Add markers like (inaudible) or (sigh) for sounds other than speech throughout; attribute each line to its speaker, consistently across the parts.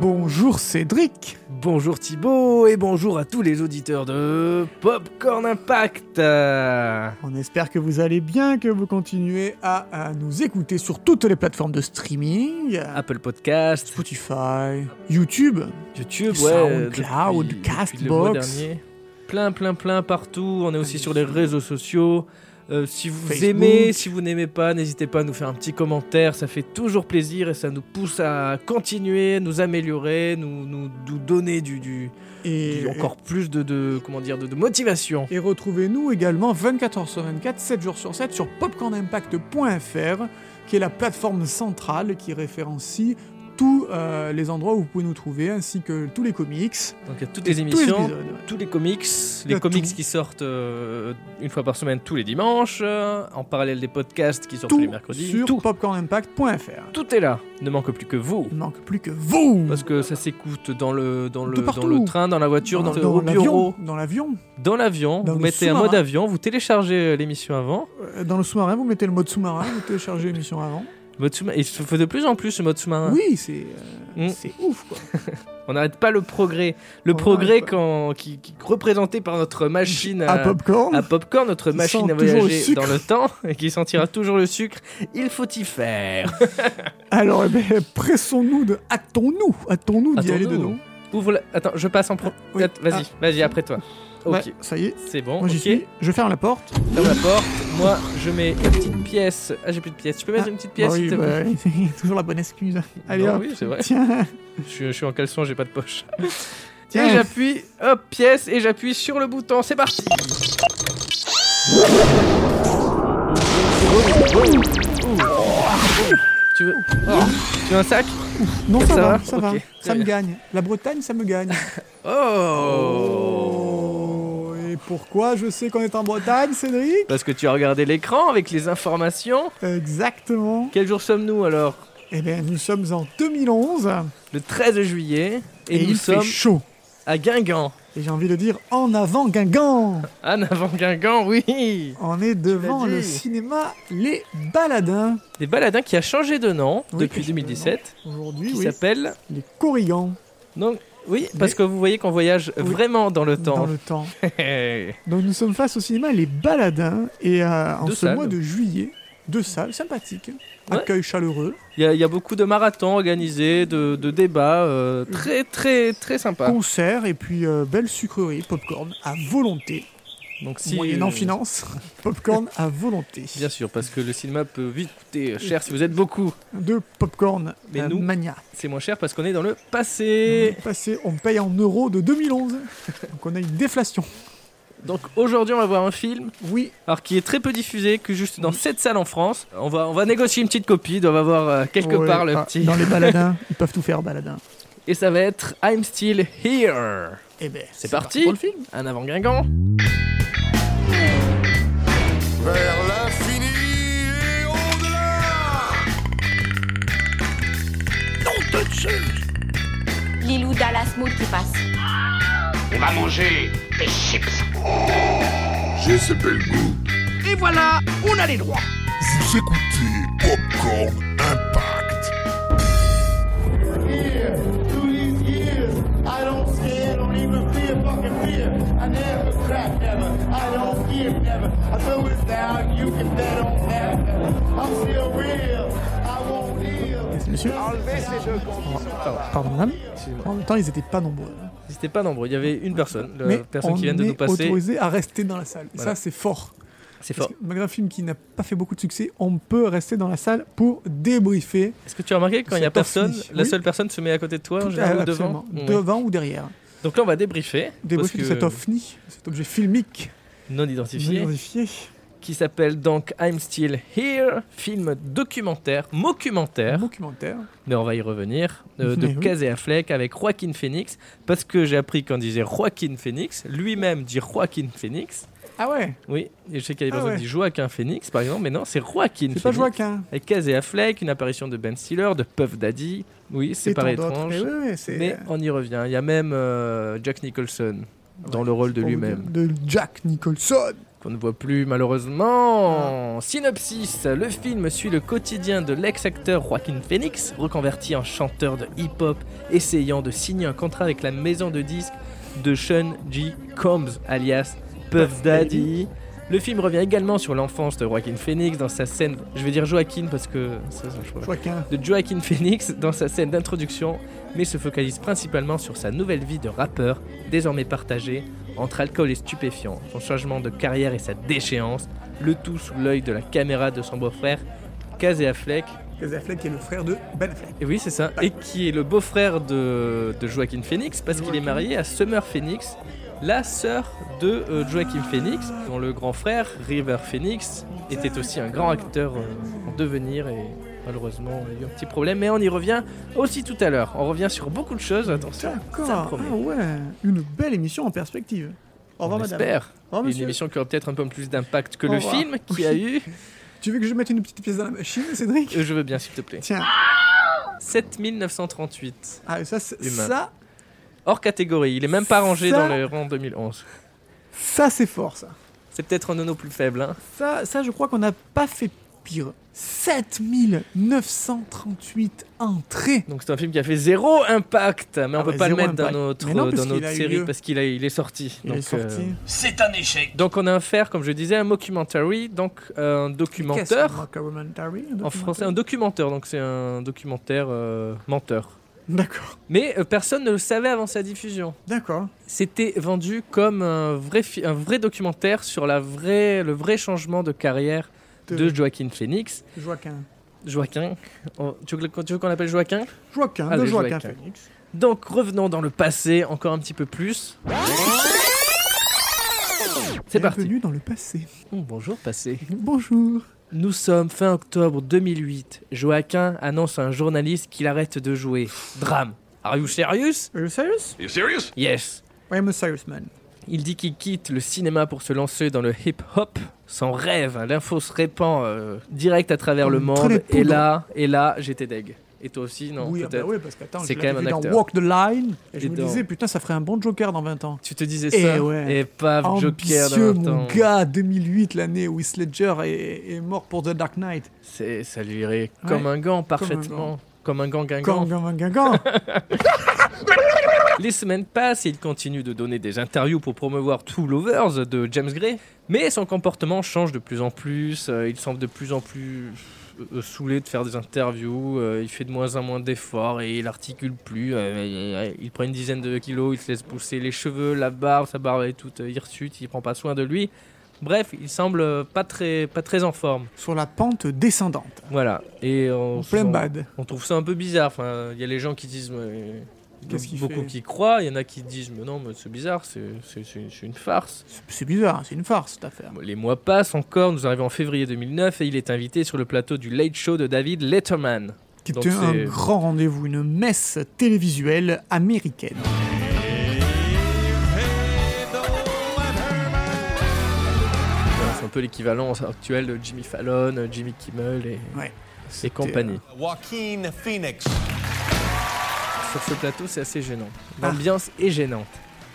Speaker 1: Bonjour Cédric
Speaker 2: Bonjour Thibaut et bonjour à tous les auditeurs de Popcorn Impact. Euh,
Speaker 1: On espère que vous allez bien, que vous continuez à, à nous écouter sur toutes les plateformes de streaming, euh,
Speaker 2: Apple Podcast,
Speaker 1: Spotify, YouTube,
Speaker 2: YouTube, ouais,
Speaker 1: SoundCloud,
Speaker 2: depuis-
Speaker 1: Castbox.
Speaker 2: depuis le mois dernier. plein, plein, plein partout. On est aussi sur les réseaux sociaux. Euh, si vous
Speaker 1: Facebook.
Speaker 2: aimez, si vous n'aimez pas, n'hésitez pas à nous faire un petit commentaire. Ça fait toujours plaisir et ça nous pousse à continuer, nous améliorer, nous, nous, nous donner du, du-
Speaker 1: et,
Speaker 2: du- encore plus de, de comment dire de, de motivation.
Speaker 1: et retrouvez-nous également 24h sur 24, 7 jours sur 7 sur popcornimpact.fr, qui est la plateforme centrale qui référencie tous euh, les endroits où vous pouvez nous trouver, ainsi que tous les comics,
Speaker 2: Donc il y a toutes les
Speaker 1: tous les
Speaker 2: émissions.
Speaker 1: épisodes. ouais.
Speaker 2: tous les comics,
Speaker 1: De
Speaker 2: les comics
Speaker 1: tout.
Speaker 2: qui sortent euh, une fois par semaine tous les dimanches, euh, en parallèle des podcasts qui sortent tous les
Speaker 1: Tout
Speaker 2: mercredis.
Speaker 1: sur
Speaker 2: tout,
Speaker 1: popcornimpact.fr.
Speaker 2: tout est là. Ne manque plus que vous.
Speaker 1: Il ne manque plus que vous
Speaker 2: Parce que ça s'écoute dans le, dans le,
Speaker 1: De
Speaker 2: dans
Speaker 1: partout.
Speaker 2: le train, dans la voiture, dans,
Speaker 1: dans
Speaker 2: au bureau,
Speaker 1: l'avion, dans l'avion,
Speaker 2: dans l'avion.
Speaker 1: Dans
Speaker 2: Vous
Speaker 1: le
Speaker 2: mettez un
Speaker 1: sous-marin.
Speaker 2: mode avion, vous téléchargez euh, l'émission avant.
Speaker 1: euh, dans le sous-marin, vous mettez le mode sous-marin, vous téléchargez l'émission avant.
Speaker 2: Mode sous- Et il se fait de plus en plus ce mode sous-marin.
Speaker 1: Oui, c'est euh,
Speaker 2: Mm.
Speaker 1: c'est ouf quoi.
Speaker 2: On n'arrête pas le progrès. Le
Speaker 1: On
Speaker 2: progrès
Speaker 1: n'arrête
Speaker 2: quand, qui, qui- représenté par notre machine
Speaker 1: À popcorn,
Speaker 2: Euh, à Popcorn, notre
Speaker 1: Qui
Speaker 2: machine
Speaker 1: sent
Speaker 2: à
Speaker 1: toujours le
Speaker 2: voyager
Speaker 1: sucre.
Speaker 2: dans le temps (laughs) et qui sentira toujours le sucre, il faut y faire.
Speaker 1: alors eh ben, pressons-nous de hâtons-nous, hâtons-nous d'y aller
Speaker 2: Hâtons-nous.
Speaker 1: dedans.
Speaker 2: Ouvre la- Attends, je passe en pro.
Speaker 1: Oui. Ah.
Speaker 2: Att- Vas-y, vas-y, après toi. Ok,
Speaker 1: Ouais, ça y est.
Speaker 2: c'est bon.
Speaker 1: Moi j'y
Speaker 2: ok,
Speaker 1: suis, je ferme la porte.
Speaker 2: ferme la porte. Moi, je mets une petite pièce. Ah, j'ai plus de pièce. Tu peux mettre
Speaker 1: Ah,
Speaker 2: une petite pièce
Speaker 1: Bah oui,
Speaker 2: s'il te plaît
Speaker 1: bah oui, c'est toujours la bonne excuse. Allez
Speaker 2: Non,
Speaker 1: hop,
Speaker 2: oui, c'est
Speaker 1: (laughs)
Speaker 2: vrai.
Speaker 1: tiens,
Speaker 2: Je, suis- je suis en caleçon, j'ai pas
Speaker 1: (laughs)
Speaker 2: de poche.
Speaker 1: Tiens.
Speaker 2: Et j'appuie, hop, pièce, et j'appuie sur le bouton. C'est parti. Tu veux, Oh, tu veux un sac
Speaker 1: non ça,
Speaker 2: Ça
Speaker 1: va,
Speaker 2: va
Speaker 1: ça
Speaker 2: Ok,
Speaker 1: va,
Speaker 2: très
Speaker 1: ça me
Speaker 2: bien.
Speaker 1: gagne. La Bretagne, ça me gagne.
Speaker 2: Oh
Speaker 1: Oh, et pourquoi je sais qu'on est en Bretagne, Cédric
Speaker 2: Parce que tu as regardé l'écran avec les informations.
Speaker 1: Exactement.
Speaker 2: Quel jour sommes-nous alors
Speaker 1: Eh bien, nous sommes en 2011
Speaker 2: Le 13 juillet. Et, nous
Speaker 1: il
Speaker 2: sommes
Speaker 1: fait chaud.
Speaker 2: à Guingamp.
Speaker 1: Et j'ai envie de dire en avant Guingamp
Speaker 2: En avant Guingamp, oui
Speaker 1: On est devant
Speaker 2: dit.
Speaker 1: le cinéma Les Baladins.
Speaker 2: Des baladins qui a changé de nom
Speaker 1: Oui,
Speaker 2: depuis
Speaker 1: qui a changé de
Speaker 2: 2017.
Speaker 1: Aujourd'hui,
Speaker 2: Qui
Speaker 1: oui,
Speaker 2: s'appelle.
Speaker 1: les Corrigans
Speaker 2: Donc, oui,
Speaker 1: Mais-
Speaker 2: parce que vous voyez qu'on voyage
Speaker 1: Oui.
Speaker 2: vraiment dans le
Speaker 1: dans
Speaker 2: temps. (laughs)
Speaker 1: le temps. Donc nous sommes face au cinéma Les Baladins et euh, en
Speaker 2: Deux
Speaker 1: ce
Speaker 2: salles.
Speaker 1: mois de juillet, deux salles sympathiques,
Speaker 2: Ouais.
Speaker 1: accueil chaleureux,
Speaker 2: Il y, a- il y a beaucoup de marathons organisés, de, de débats. euh, très, très, très sympa.
Speaker 1: concert et puis euh, belle sucrerie, popcorn à volonté,
Speaker 2: Donc, si.
Speaker 1: moyennant
Speaker 2: euh,
Speaker 1: finance, (laughs) popcorn à volonté.
Speaker 2: Bien sûr, parce que le cinéma peut vite coûter cher si vous êtes beaucoup.
Speaker 1: De popcorn
Speaker 2: Mais
Speaker 1: euh,
Speaker 2: nous-
Speaker 1: mania.
Speaker 2: C'est moins cher parce qu'on est dans le passé.
Speaker 1: Passé, on paye en euros de 2011, donc on a une déflation. Mm.
Speaker 2: Donc aujourd'hui, on va voir un film
Speaker 1: Oui,
Speaker 2: Alors qui est très peu diffusé, que juste dans cette salle en France. On va, on va négocier une petite copie, ils doivent avoir euh, quelque
Speaker 1: Ouais,
Speaker 2: part le
Speaker 1: ah,
Speaker 2: petit.
Speaker 1: Dans les
Speaker 2: (laughs)
Speaker 1: baladins, ils peuvent tout faire, baladins.
Speaker 2: Et ça va être I'm Still Here.
Speaker 1: Eh ben,
Speaker 2: C'est parti.
Speaker 1: pour le film.
Speaker 2: Un avant Guingamp.
Speaker 3: vers l'infini et au-delà.
Speaker 4: Lilou Dallas Mood qui passe.
Speaker 5: On va manger des chips.
Speaker 3: J'ai ce bel goût.
Speaker 5: Et voilà, on a les droits.
Speaker 3: Vous écoutez Popcorn Impact.
Speaker 6: fear through these years. I don't scare, don't even fear fucking fear. I never crack, never. I don't give, never. I throw it down, you can bet on that. never. I'm still real, I won't deal.
Speaker 1: Monsieur, pardon madame, en même temps ils étaient pas nombreux.
Speaker 2: C'était pas nombreux, il y avait une personne, la
Speaker 1: Mais
Speaker 2: personne
Speaker 1: on
Speaker 2: qui vient de
Speaker 1: est
Speaker 2: nous passer.
Speaker 1: autorisé à rester dans la salle. Et Ça
Speaker 2: Voilà.
Speaker 1: c'est fort.
Speaker 2: C'est
Speaker 1: Parce
Speaker 2: fort.
Speaker 1: que malgré un film qui n'a pas fait beaucoup de succès, on peut rester dans la salle pour débriefer
Speaker 2: Est-ce que tu as remarqué que quand il y a
Speaker 1: C'est pas
Speaker 2: personne,
Speaker 1: fini.
Speaker 2: la
Speaker 1: Oui.
Speaker 2: seule personne se met à côté de toi, en
Speaker 1: tout
Speaker 2: général,
Speaker 1: à-
Speaker 2: ou
Speaker 1: absolument,
Speaker 2: devant Ouais.
Speaker 1: devant ou derrière.
Speaker 2: Donc là, on va débriefer.
Speaker 1: Débriefer de
Speaker 2: parce que-
Speaker 1: cet ovni, cet objet filmique
Speaker 2: non
Speaker 1: non
Speaker 2: identifié,
Speaker 1: identifié.
Speaker 2: qui s'appelle donc I'm Still Here, film documentaire, mockumentaire.
Speaker 1: Documentaire.
Speaker 2: mais on va y revenir, euh, de
Speaker 1: Mais oui.
Speaker 2: Casey Affleck avec Joaquin Phoenix, parce que j'ai appris qu'on disait Joaquin Phoenix, lui-même dit Joaquin Phoenix.
Speaker 1: Ah ouais,
Speaker 2: Oui, et je sais qu'il y a des
Speaker 1: Ah
Speaker 2: personnes
Speaker 1: ouais.
Speaker 2: qui disent Joaquin Phoenix, par exemple, mais non, c'est Joaquin
Speaker 1: c'est
Speaker 2: Phoenix.
Speaker 1: pas Joaquin.
Speaker 2: Avec Casey Affleck, une apparition de Ben Stiller, de Puff Daddy. Oui, c'est
Speaker 1: Et
Speaker 2: pas
Speaker 1: tant d'autres.
Speaker 2: étrange,
Speaker 1: Mais ouais, ouais, c'est-
Speaker 2: mais on y revient. Il y a même euh, Jack Nicholson dans le rôle de
Speaker 1: pour vous
Speaker 2: lui-même.
Speaker 1: dire, De Jack Nicholson.
Speaker 2: qu'on ne voit plus malheureusement. Synopsis le film suit le quotidien de l'ex-acteur Joaquin Phoenix, reconverti en chanteur de hip-hop, essayant de signer un contrat avec la maison de disques de Sean G. Combs, alias Puff Daddy. Le film revient également sur l'enfance de Joaquin Phoenix dans sa scène. Je vais dire Joaquin parce que ça, ça, je vois
Speaker 1: Joaquin.
Speaker 2: de Joaquin Phoenix dans sa scène d'introduction, mais se focalise principalement sur sa nouvelle vie de rappeur, désormais partagée entre alcool et stupéfiants, son changement de carrière et sa déchéance, le tout sous l'œil de la caméra de son beau-frère, Casey Affleck.
Speaker 1: Casey Affleck qui est le frère de Ben Affleck.
Speaker 2: Et oui, c'est ça, et qui est le beau-frère de, de Joaquin Phoenix parce qu'il est marié à Summer Phoenix. La sœur de euh, Joaquin Phoenix, dont le grand frère, River Phoenix, était aussi un grand acteur euh, en devenir et malheureusement on a eu un petit problème, mais on y revient aussi tout à l'heure. On revient sur beaucoup de choses, attention, ça
Speaker 1: D'accord.
Speaker 2: promet.
Speaker 1: Ah ouais. Une belle émission en perspective. Au revoir,
Speaker 2: On
Speaker 1: madame.
Speaker 2: espère.
Speaker 1: Au revoir,
Speaker 2: Une
Speaker 1: monsieur.
Speaker 2: émission qui aura peut-être un peu plus d'impact que
Speaker 1: Au
Speaker 2: le
Speaker 1: revoir.
Speaker 2: film qui
Speaker 1: (laughs)
Speaker 2: a eu.
Speaker 1: Tu veux que je mette une petite pièce dans la machine, Cédric
Speaker 2: Euh, Je veux bien, s'il te plaît.
Speaker 1: Tiens.
Speaker 2: 7938.
Speaker 1: Ah, ça, c'est-
Speaker 2: Humain.
Speaker 1: ça,
Speaker 2: Hors catégorie. Il est même pas rangé
Speaker 1: Ça-
Speaker 2: dans le rang 2011.
Speaker 1: ça c'est fort, ça.
Speaker 2: C'est peut-être un nono plus faible. Hein.
Speaker 1: Ça, ça je crois qu'on n'a pas fait pire. 7938 entrées.
Speaker 2: Donc c'est un film qui a fait zéro impact. Mais on
Speaker 1: Ah
Speaker 2: peut
Speaker 1: bah,
Speaker 2: pas le
Speaker 1: zéro
Speaker 2: mettre dans
Speaker 1: impact.
Speaker 2: notre,
Speaker 1: Mais non,
Speaker 2: euh,
Speaker 1: parce
Speaker 2: dans
Speaker 1: qu'il
Speaker 2: notre
Speaker 1: a eu
Speaker 2: série
Speaker 1: lieu.
Speaker 2: parce qu'il a- il est sorti.
Speaker 1: Il
Speaker 2: Donc,
Speaker 1: est sorti.
Speaker 2: euh, donc on a affaire, comme je disais, à un documentary, donc euh, un
Speaker 1: Qu'est-ce
Speaker 2: documentaire.
Speaker 1: qu'un documentary, un
Speaker 2: En français, un
Speaker 1: documentaire
Speaker 2: documentaire, donc c'est un documentaire euh, menteur.
Speaker 1: D'accord,
Speaker 2: Mais euh, personne ne le savait avant sa diffusion.
Speaker 1: d'accord.
Speaker 2: C'était vendu comme un vrai, fi- un vrai documentaire sur la vraie, le vrai changement de carrière de,
Speaker 1: De-
Speaker 2: Joaquin Phoenix.
Speaker 1: Joaquin.
Speaker 2: Joaquin, on- tu veux, que- tu veux qu'on l'appelle Joaquin
Speaker 1: Joaquin, de
Speaker 2: Allez,
Speaker 1: Joaquin,
Speaker 2: Joaquin.
Speaker 1: Phoenix.
Speaker 2: Donc revenons dans le passé encore un petit peu plus. C'est parti.
Speaker 1: Bienvenue dans le passé.
Speaker 2: Oh, bonjour passé.
Speaker 1: Bonjour.
Speaker 2: Nous sommes fin octobre 2008. Joaquin annonce à un journaliste qu'il arrête de jouer. Drame. Are you serious
Speaker 1: Are you serious?
Speaker 3: You serious?
Speaker 2: Yes.
Speaker 1: I am a serious man.
Speaker 2: Il dit qu'il quitte le cinéma pour se lancer dans le hip-hop. Son rêve, hein, l'info se répand euh, direct à travers le
Speaker 1: Une traînée
Speaker 2: monde.
Speaker 1: de poudre.
Speaker 2: Et là, et là, j'étais deg. Et toi aussi, non
Speaker 1: oui, ah bah
Speaker 2: peut-être.
Speaker 1: oui, parce qu'attends,
Speaker 2: C'est
Speaker 1: je
Speaker 2: quand
Speaker 1: l'avais
Speaker 2: même
Speaker 1: vu
Speaker 2: un
Speaker 1: dans
Speaker 2: acteur.
Speaker 1: Walk the Line. Et, je
Speaker 2: Et
Speaker 1: me
Speaker 2: dans-
Speaker 1: disais, putain, ça ferait un bon Joker dans 20 ans.
Speaker 2: Tu te disais
Speaker 1: Eh
Speaker 2: ça
Speaker 1: ouais.
Speaker 2: Et pas Joker.
Speaker 1: Ambitieux,
Speaker 2: dans
Speaker 1: mon
Speaker 2: ton-
Speaker 1: gars, 2008, l'année où Heath Ledger est, est mort pour The Dark Knight.
Speaker 2: C'est, ça lui irait comme un gant parfaitement. Comme un gant guingant.
Speaker 1: Gang, gang, gang, gang. (laughs)
Speaker 2: (laughs) Les semaines passent et il continue de donner des interviews pour promouvoir Two Lovers de James Gray. Mais son comportement change de plus en plus. euh, il semble de plus en plus euh, euh, saoulé de faire des interviews. euh, il fait de moins en moins d'efforts et il articule plus. euh, il prend une dizaine de kilos, il se laisse pousser les cheveux, la barbe, sa barbe est toute euh, hirsute, il prend pas soin de lui. Bref, il semble euh, pas très, pas très en forme.
Speaker 1: Sur la pente descendante.
Speaker 2: Voilà. Et on,
Speaker 1: En plein
Speaker 2: on-
Speaker 1: bad.
Speaker 2: On trouve ça un peu bizarre. Enfin, il y a les gens qui disent. mais-
Speaker 1: Qu'est-ce qu'il
Speaker 2: Beaucoup
Speaker 1: fait
Speaker 2: qui croient, il y en a qui disent mais non, mais c'est bizarre, c'est- c'est c'est- c'est une farce.
Speaker 1: C'est- C'est bizarre, c'est une farce cette affaire.
Speaker 2: Les mois passent encore, nous arrivons en février 2009 et il est invité sur le plateau du Late Show de David Letterman.
Speaker 1: Qui
Speaker 2: Donc
Speaker 1: était un
Speaker 2: c'est-
Speaker 1: grand rendez-vous, une messe télévisuelle américaine.
Speaker 2: Voilà, C'est un peu l'équivalent actuel de Jimmy Fallon, euh, Jimmy Kimmel et,
Speaker 1: Ouais.
Speaker 2: et compagnie.
Speaker 7: Uh,
Speaker 8: Joaquin Phoenix.
Speaker 2: Sur ce plateau, c'est assez gênant.
Speaker 1: Ah.
Speaker 2: L'ambiance est gênante.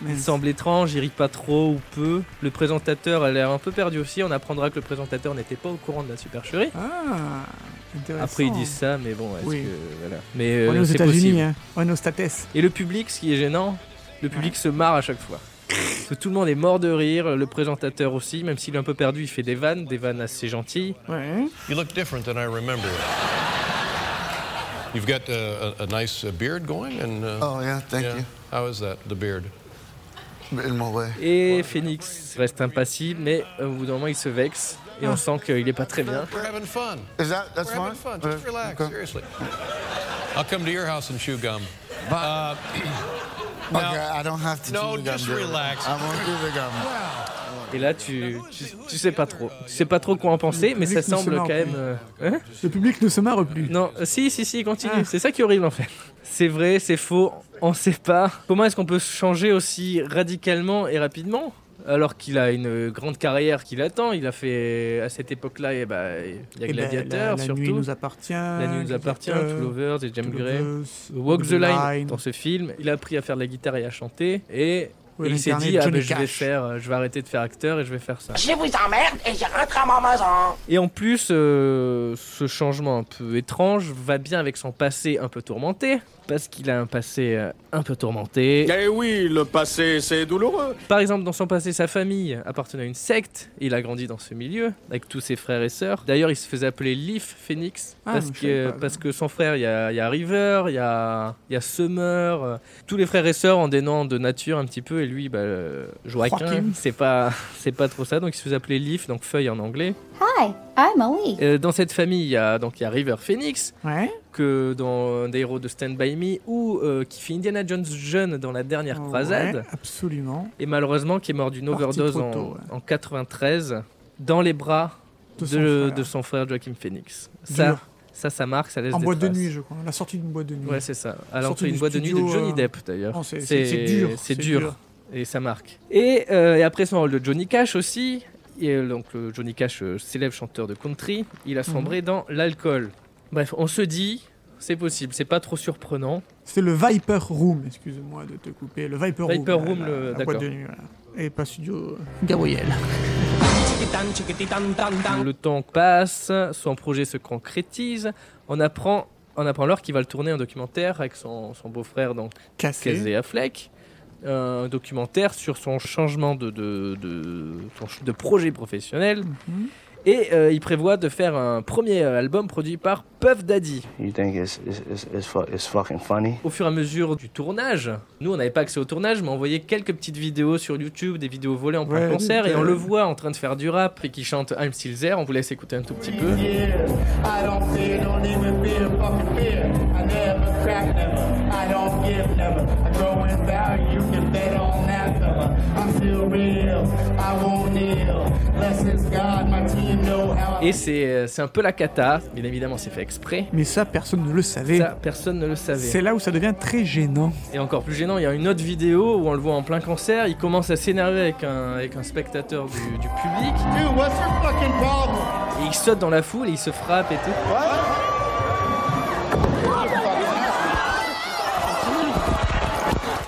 Speaker 2: Il
Speaker 1: Mince.
Speaker 2: semble étrange, il rit pas trop ou peu. Le présentateur a l'air un peu perdu aussi. On apprendra que le présentateur n'était pas au courant de la supercherie.
Speaker 1: Ah, intéressant.
Speaker 2: Après, ils disent ça, mais bon, est-ce
Speaker 1: Oui.
Speaker 2: que. Voilà. Mais euh,
Speaker 1: On est aux
Speaker 2: c'est
Speaker 1: États-Unis,
Speaker 2: possible.
Speaker 1: hein. on est aux States.
Speaker 2: Et le public, ce qui est gênant, le public se marre à chaque fois. Parce que tout le monde est mort de rire, le présentateur aussi, même s'il est un peu perdu, il fait des vannes, des vannes assez gentilles.
Speaker 1: Ouais.
Speaker 8: You look different than I remember. You've got uh, a, a nice uh, beard going, and uh,
Speaker 7: Oh, yeah, thank
Speaker 8: yeah. How is that, the beard?
Speaker 7: you. In what way?
Speaker 2: Et Phoenix reste impassible, mais euh, au bout d'un moment, il se vexe. Et on sent qu'il est pas très bien.
Speaker 8: We're having fun.
Speaker 7: Is that that's
Speaker 8: We're
Speaker 7: fine?
Speaker 8: having fun. Just
Speaker 7: Uh,
Speaker 8: relax,
Speaker 7: okay.
Speaker 8: seriously. I'll come to your house and chew gum. Uh,
Speaker 7: Okay, I don't have to.
Speaker 8: No,
Speaker 7: do the gum,
Speaker 8: just
Speaker 7: dude.
Speaker 8: relax.
Speaker 7: I won't do the gum.
Speaker 2: Et là, tu, tu, tu sais pas trop. Tu sais pas trop quoi en penser, mais ça
Speaker 1: public ne se
Speaker 2: semble
Speaker 1: marre
Speaker 2: quand même.
Speaker 1: plus.
Speaker 2: euh, hein
Speaker 1: Le public ne se marre plus.
Speaker 2: Non, euh, si, si, si, continue.
Speaker 1: Ah.
Speaker 2: C'est ça qui est horrible en fait. C'est vrai, c'est faux, on sait pas. Comment est-ce qu'on peut changer aussi radicalement et rapidement alors qu'il a une grande carrière qui l'attend Il a fait à cette époque-là, eh ben, il y a
Speaker 1: Eh ben,
Speaker 2: Gladiator
Speaker 1: la, la
Speaker 2: surtout.
Speaker 1: nuit nous appartient.
Speaker 2: la nuit nous appartient, Two Lovers et James Gray.
Speaker 1: Toulouse,
Speaker 2: Walk the line dans ce film, il a appris à faire de la guitare et à chanter. Et
Speaker 1: Oui,
Speaker 2: et il s'est
Speaker 1: l'incarné
Speaker 2: dit, ah,
Speaker 1: Johnny
Speaker 2: ben, je, vais
Speaker 1: Cash.
Speaker 2: faire, euh, je vais arrêter de faire acteur et je vais faire ça.
Speaker 5: Je vous emmerde et je rentre à ma maison.
Speaker 2: Et en plus, euh, ce changement un peu étrange va bien avec son passé un peu tourmenté, parce qu'il a un passé euh, un peu tourmenté.
Speaker 9: Eh oui, le passé, c'est douloureux.
Speaker 2: Par exemple, dans son passé, sa famille appartenait à une secte. Il a grandi dans ce milieu avec tous ses frères et sœurs. D'ailleurs, il se faisait appeler Leaf Phoenix
Speaker 1: Ah,
Speaker 2: parce,
Speaker 1: mais je savais
Speaker 2: que,
Speaker 1: pas.
Speaker 2: parce que son frère, il y a, il y a River, il y a, il y a Summer. euh, Tous les frères et sœurs en des noms de nature un petit peu. Et lui, bah, euh, Joaquin,
Speaker 1: Joaquin.
Speaker 2: c'est pas, (laughs) c'est pas trop ça. Donc, il se faisait appeler Leaf, donc feuille en anglais.
Speaker 4: Hi, I'm a leaf.
Speaker 2: Euh, dans cette famille, il y a, donc, il y a River Phoenix
Speaker 1: Ouais.
Speaker 2: que dans un des héros de Stand By Me ou euh, qui fait Indiana Jones jeune dans la dernière croisade
Speaker 1: Ouais, absolument.
Speaker 2: et malheureusement qui est mort d'une
Speaker 1: Parti
Speaker 2: overdose
Speaker 1: trop
Speaker 2: en,
Speaker 1: tôt, ouais.
Speaker 2: en 93 dans les bras de,
Speaker 1: De son frère.
Speaker 2: de son frère Joaquin Phoenix.
Speaker 1: Dur.
Speaker 2: Ça, ça, ça marque, ça laisse
Speaker 1: En
Speaker 2: des
Speaker 1: boîte de
Speaker 2: traces.
Speaker 1: nuit, je crois. La sortie d'une boîte de nuit.
Speaker 2: Ouais, c'est ça. À
Speaker 1: Sortie
Speaker 2: l'entrée d'une
Speaker 1: du
Speaker 2: boîte de nuit de
Speaker 1: studio,
Speaker 2: Johnny
Speaker 1: euh,
Speaker 2: Depp d'ailleurs.
Speaker 1: non, c'est- c'est- c'est dur,
Speaker 2: C'est
Speaker 1: c'est
Speaker 2: dur.
Speaker 1: dur.
Speaker 2: Et ça marque. Et, euh, et après son rôle de Johnny Cash aussi. Et euh, donc le Johnny Cash, euh, célèbre chanteur de country, il a sombré dans l'alcool. Bref, on se dit, c'est possible, c'est pas trop surprenant.
Speaker 1: C'était le Viper Room, excuse-moi de te couper. Le Viper,
Speaker 2: Viper
Speaker 1: Room,
Speaker 2: Room,
Speaker 1: la,
Speaker 2: le-
Speaker 1: la boîte
Speaker 2: d'accord.
Speaker 1: de nuit. voilà. Et pas studio euh, Gabriel.
Speaker 2: Le temps passe, son projet se concrétise. On apprend, on apprend alors qu'il va le tourner un documentaire avec son, son beau-frère, donc
Speaker 1: Cassé.
Speaker 2: Casey Affleck. Un documentaire sur son changement de, de, de, son ch- de projet professionnel. Et euh, il prévoit de faire un premier euh, album produit par Puff Daddy.
Speaker 10: You think it's it's it's, it's, fu- it's fucking funny?
Speaker 2: Au fur et à mesure du tournage, nous on n'avait pas accès au tournage, mais on voyait quelques petites vidéos sur YouTube, des vidéos volées en plein
Speaker 1: Ouais,
Speaker 2: concert,
Speaker 1: des-
Speaker 2: et on le voit en train de faire du rap et qui chante I'm Still There. On vous laisse écouter un tout petit peu.
Speaker 6: years. I don't fear, don't even be a fucking fear. I never crack, never. I don't give, never. I grow in value, you can bet on that, never. I'm still real, I won't kneel. Blessings God, my team know how I
Speaker 2: Et c'est euh, c'est un peu la cata, bien évidemment c'est fait exprès.
Speaker 1: Mais ça, personne ne le savait.
Speaker 2: Ça, personne ne le savait.
Speaker 1: C'est là où ça devient très gênant.
Speaker 2: Et encore plus gênant, il y a une autre vidéo où on le voit en plein concert, il commence à s'énerver avec un, avec un spectateur du, du public,
Speaker 6: do. What's your fucking problem?
Speaker 2: et il saute dans la foule, et il se frappe et tout.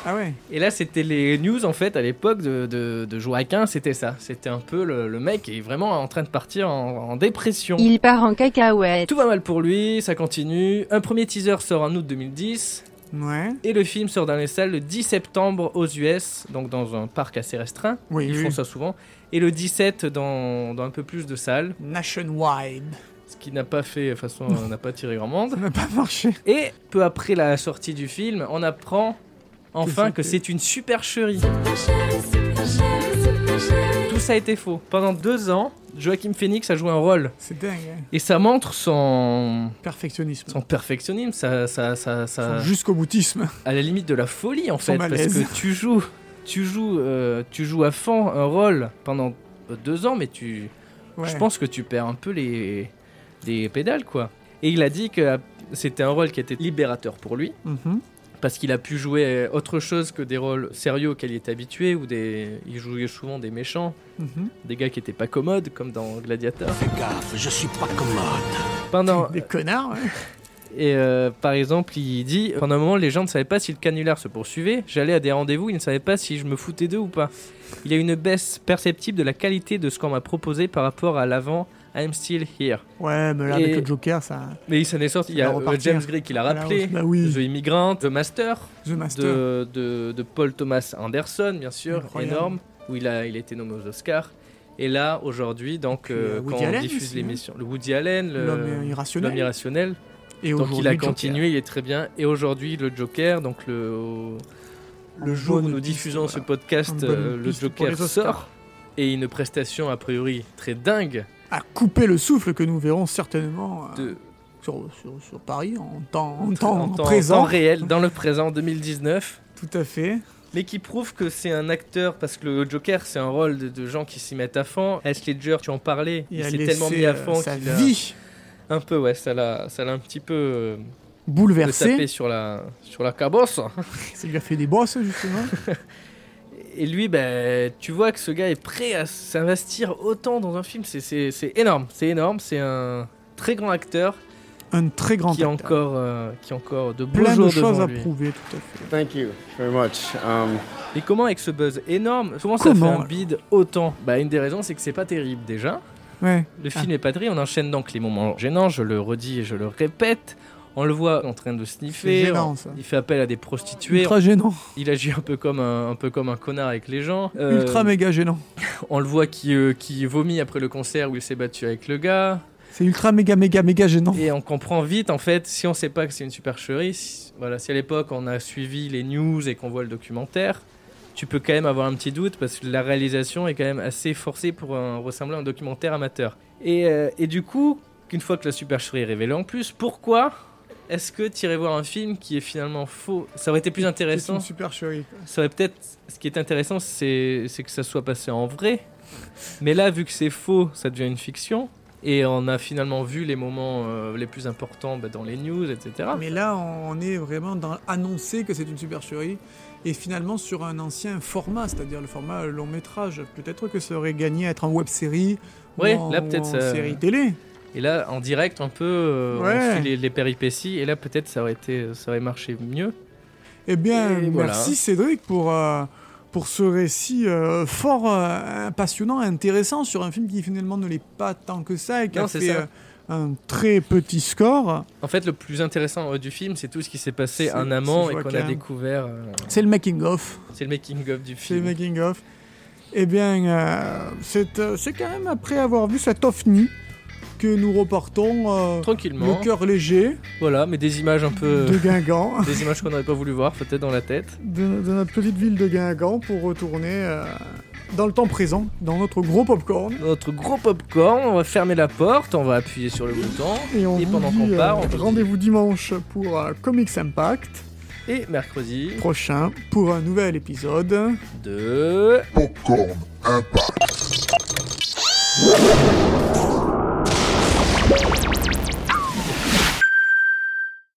Speaker 1: Ah ouais.
Speaker 2: Et là, c'était les news en fait à l'époque de, de, de Joaquin, c'était ça. C'était un peu le, le mec qui est vraiment en train de partir en, en dépression.
Speaker 11: Il part en cacahuète.
Speaker 2: Tout va mal pour lui, ça continue. Un premier teaser sort en août 2010,
Speaker 1: Ouais.
Speaker 2: et le film sort dans les salles le 10 septembre aux US, donc dans un parc assez restreint.
Speaker 1: Oui,
Speaker 2: Ils
Speaker 1: oui.
Speaker 2: font ça souvent. Et le 17 dans, dans un peu plus de salles,
Speaker 1: Nationwide.
Speaker 2: ce qui n'a pas fait, de
Speaker 1: (laughs)
Speaker 2: toute façon, euh, n'a pas tiré grand monde.
Speaker 1: Ça n'a pas marché.
Speaker 2: Et peu après la sortie du film, on apprend enfin que c'est une supercherie. Tout ça était faux. Pendant deux ans, Joachim Phoenix a joué un rôle.
Speaker 1: C'est dingue. hein.
Speaker 2: Et ça montre son,
Speaker 1: Perfectionnisme.
Speaker 2: son perfectionnisme, ça, ça, ça,
Speaker 1: Son
Speaker 2: ça,
Speaker 1: Jusqu'au boutisme.
Speaker 2: à la limite de la folie en
Speaker 1: Son
Speaker 2: fait, parce
Speaker 1: malaise.
Speaker 2: que tu joues, tu joues, euh, tu joues à fond un rôle pendant euh, deux ans, mais tu,
Speaker 1: Ouais.
Speaker 2: je pense que tu perds un peu les, les pédales quoi. Et il a dit que euh, c'était un rôle qui était libérateur pour lui,
Speaker 1: Mhm.
Speaker 2: parce qu'il a pu jouer autre chose que des rôles sérieux auxquels il était habitué, ou des, il jouait souvent des méchants,
Speaker 1: Mhm.
Speaker 2: des gars qui étaient pas commodes, comme dans Gladiator.
Speaker 5: Gaffe, je suis pas commode.
Speaker 2: Pendant,
Speaker 1: Des connards, ouais.
Speaker 2: Et euh, par exemple, il dit pendant un moment, les gens ne savaient pas si le canular se poursuivait. J'allais à des rendez-vous, ils ne savaient pas si je me foutais d'eux ou pas. Il y a une baisse perceptible de la qualité de ce qu'on m'a proposé par rapport à l'avant. I'm still here.
Speaker 1: Ouais, mais là,
Speaker 2: Et-
Speaker 1: avec le Joker, ça.
Speaker 2: Mais il s'en est sorti. Il y a
Speaker 1: va
Speaker 2: euh,
Speaker 1: repartir.
Speaker 2: James Gray qui l'a
Speaker 1: Voilà,
Speaker 2: rappelé.
Speaker 1: bah oui.
Speaker 2: The Immigrant, The Master,
Speaker 1: The Master.
Speaker 2: de, de, de Paul Thomas Anderson, bien sûr,
Speaker 1: Incroyable.
Speaker 2: énorme, où il a, il a été nommé aux Oscars. Et là, aujourd'hui, donc,
Speaker 1: Puis,
Speaker 2: euh,
Speaker 1: euh,
Speaker 2: quand
Speaker 1: Woody
Speaker 2: on
Speaker 1: Allen
Speaker 2: diffuse
Speaker 1: aussi, hein.
Speaker 2: l'émission, le Woody Allen, le-
Speaker 1: L'homme irrationnel.
Speaker 2: l'homme irrationnel,
Speaker 1: Et
Speaker 2: donc il
Speaker 1: aujourd'hui,
Speaker 2: a
Speaker 1: Joker.
Speaker 2: continué, il est très bien. Et aujourd'hui, le Joker, donc le, au- le
Speaker 1: En
Speaker 2: jour où
Speaker 1: bonne
Speaker 2: nous
Speaker 1: piste,
Speaker 2: diffusons ce
Speaker 1: voilà. En
Speaker 2: podcast,
Speaker 1: bonne
Speaker 2: euh, le
Speaker 1: piste pour
Speaker 2: Joker
Speaker 1: les Oscars.
Speaker 2: sort. Et une prestation a priori très dingue
Speaker 1: A coupé le souffle que nous verrons certainement euh,
Speaker 2: de,
Speaker 1: sur, sur, sur Paris en temps, en
Speaker 2: en
Speaker 1: temps, en
Speaker 2: temps- en
Speaker 1: présent.
Speaker 2: temps réel, dans le présent 2019.
Speaker 1: Tout à fait.
Speaker 2: Mais qui prouve que c'est un acteur, parce que le Joker, c'est un rôle de, de gens qui s'y mettent à fond. Heath Ledger, tu en parlais, il,
Speaker 1: a
Speaker 2: s'est
Speaker 1: laissé,
Speaker 2: tellement mis à
Speaker 1: euh,
Speaker 2: fond
Speaker 1: sa
Speaker 2: qu'il a-
Speaker 1: vie
Speaker 2: Un peu, ouais, ça l'a ça l'a un petit peu euh, tapé
Speaker 1: bouleversée.
Speaker 2: sur la, sur la cabosse.
Speaker 1: Ça lui a fait des bosses,
Speaker 2: (laughs)
Speaker 1: justement.
Speaker 2: Et lui, ben, tu vois que ce gars est prêt à s'investir autant dans un film. C'est- C'est c'est énorme, c'est énorme. C'est un très grand acteur.
Speaker 1: un très grand
Speaker 2: qui est
Speaker 1: acteur.
Speaker 2: encore, euh, qui est encore de beaux
Speaker 1: Plein
Speaker 2: jours
Speaker 1: de choses
Speaker 2: devant
Speaker 1: à
Speaker 2: lui.
Speaker 1: prouver, tout à fait.
Speaker 9: Thank you very much. Um,
Speaker 2: Et comment avec ce buzz énorme,
Speaker 1: Comment,
Speaker 2: souvent ça fait un
Speaker 1: alors
Speaker 2: bide autant Bah une des raisons c'est que c'est pas terrible déjà.
Speaker 1: Ouais.
Speaker 2: Le film est pas terrible, on enchaîne donc les moments gênants, je le redis et je le répète. On le voit en train de sniffer,
Speaker 1: C'est gênant,
Speaker 2: on-
Speaker 1: ça.
Speaker 2: il fait appel à des prostituées,
Speaker 1: Ultra gênant.
Speaker 2: il agit un peu comme un, un peu comme un connard avec les gens. Euh,
Speaker 1: Ultra méga gênant.
Speaker 2: On le voit qui, euh, qui vomit après le concert où il s'est battu avec le gars.
Speaker 1: C'est ultra méga méga méga gênant.
Speaker 2: Et on comprend vite, en fait, si on sait pas que c'est une supercherie, si, voilà, si à l'époque on a suivi les news et qu'on voit le documentaire, tu peux quand même avoir un petit doute parce que la réalisation est quand même assez forcée pour un- ressembler à un documentaire amateur. Et, euh, et du coup, qu'une fois que la supercherie est révélée en plus, pourquoi est-ce que tirer voir un film qui est finalement faux Ça aurait été plus intéressant.
Speaker 1: super chérie.
Speaker 2: Ça aurait peut-être. Ce qui est intéressant, c'est c'est que ça soit passé en vrai. Mais là, vu que c'est faux, ça devient une fiction. Et on a finalement vu les moments euh, les plus importants bah, dans les news, etc.
Speaker 1: Mais là, on est vraiment dans annoncer que c'est une supercherie et finalement sur un ancien format, c'est-à-dire le format long métrage. Peut-être que ça aurait gagné à être en web série
Speaker 2: Ouais,
Speaker 1: ou en,
Speaker 2: là, peut-être euh,
Speaker 1: ou en
Speaker 2: ça-
Speaker 1: série télé.
Speaker 2: Et là, en direct, un peu, euh,
Speaker 1: Ouais.
Speaker 2: on suit les, les péripéties. Et là, peut-être, ça aurait été, ça aurait marché mieux.
Speaker 1: Eh bien,
Speaker 2: Et
Speaker 1: merci
Speaker 2: voilà.
Speaker 1: Cédric pour, euh, pour ce récit euh, fort euh, passionnant, intéressant sur un film qui finalement ne l'est pas tant que ça et qui
Speaker 2: Non,
Speaker 1: a
Speaker 2: c'est
Speaker 1: fait
Speaker 2: ça.
Speaker 1: euh, un très petit score.
Speaker 2: En fait, le plus intéressant euh, du film, c'est tout ce qui s'est passé
Speaker 1: C'est-
Speaker 2: en amont
Speaker 1: c'est
Speaker 2: et qu'on a
Speaker 1: Joaquin.
Speaker 2: découvert. euh,
Speaker 1: C'est le making of.
Speaker 2: c'est le making of du
Speaker 1: C'est le
Speaker 2: film.
Speaker 1: making of. Eh bien, euh, c'est euh, c'est quand même après avoir vu cet ovni que nous reportons euh,
Speaker 2: Tranquillement. Euh.
Speaker 1: le cœur léger
Speaker 2: Voilà, mais des images un peu,
Speaker 1: de Guingamp.
Speaker 2: des images qu'on n'aurait pas voulu voir, peut-être dans la tête.
Speaker 1: de, de notre petite ville de Guingamp pour retourner euh, dans le temps présent, dans notre gros popcorn.
Speaker 2: notre gros popcorn, on va fermer la porte, on va appuyer sur le bouton,
Speaker 1: Et on
Speaker 2: et
Speaker 1: vous
Speaker 2: pendant qu'on
Speaker 1: dit, euh,
Speaker 2: part, on vous
Speaker 1: rendez-vous dimanche pour euh, Comics Impact
Speaker 2: dit- et mercredi
Speaker 1: prochain pour un nouvel épisode.
Speaker 2: de...
Speaker 3: Popcorn Impact.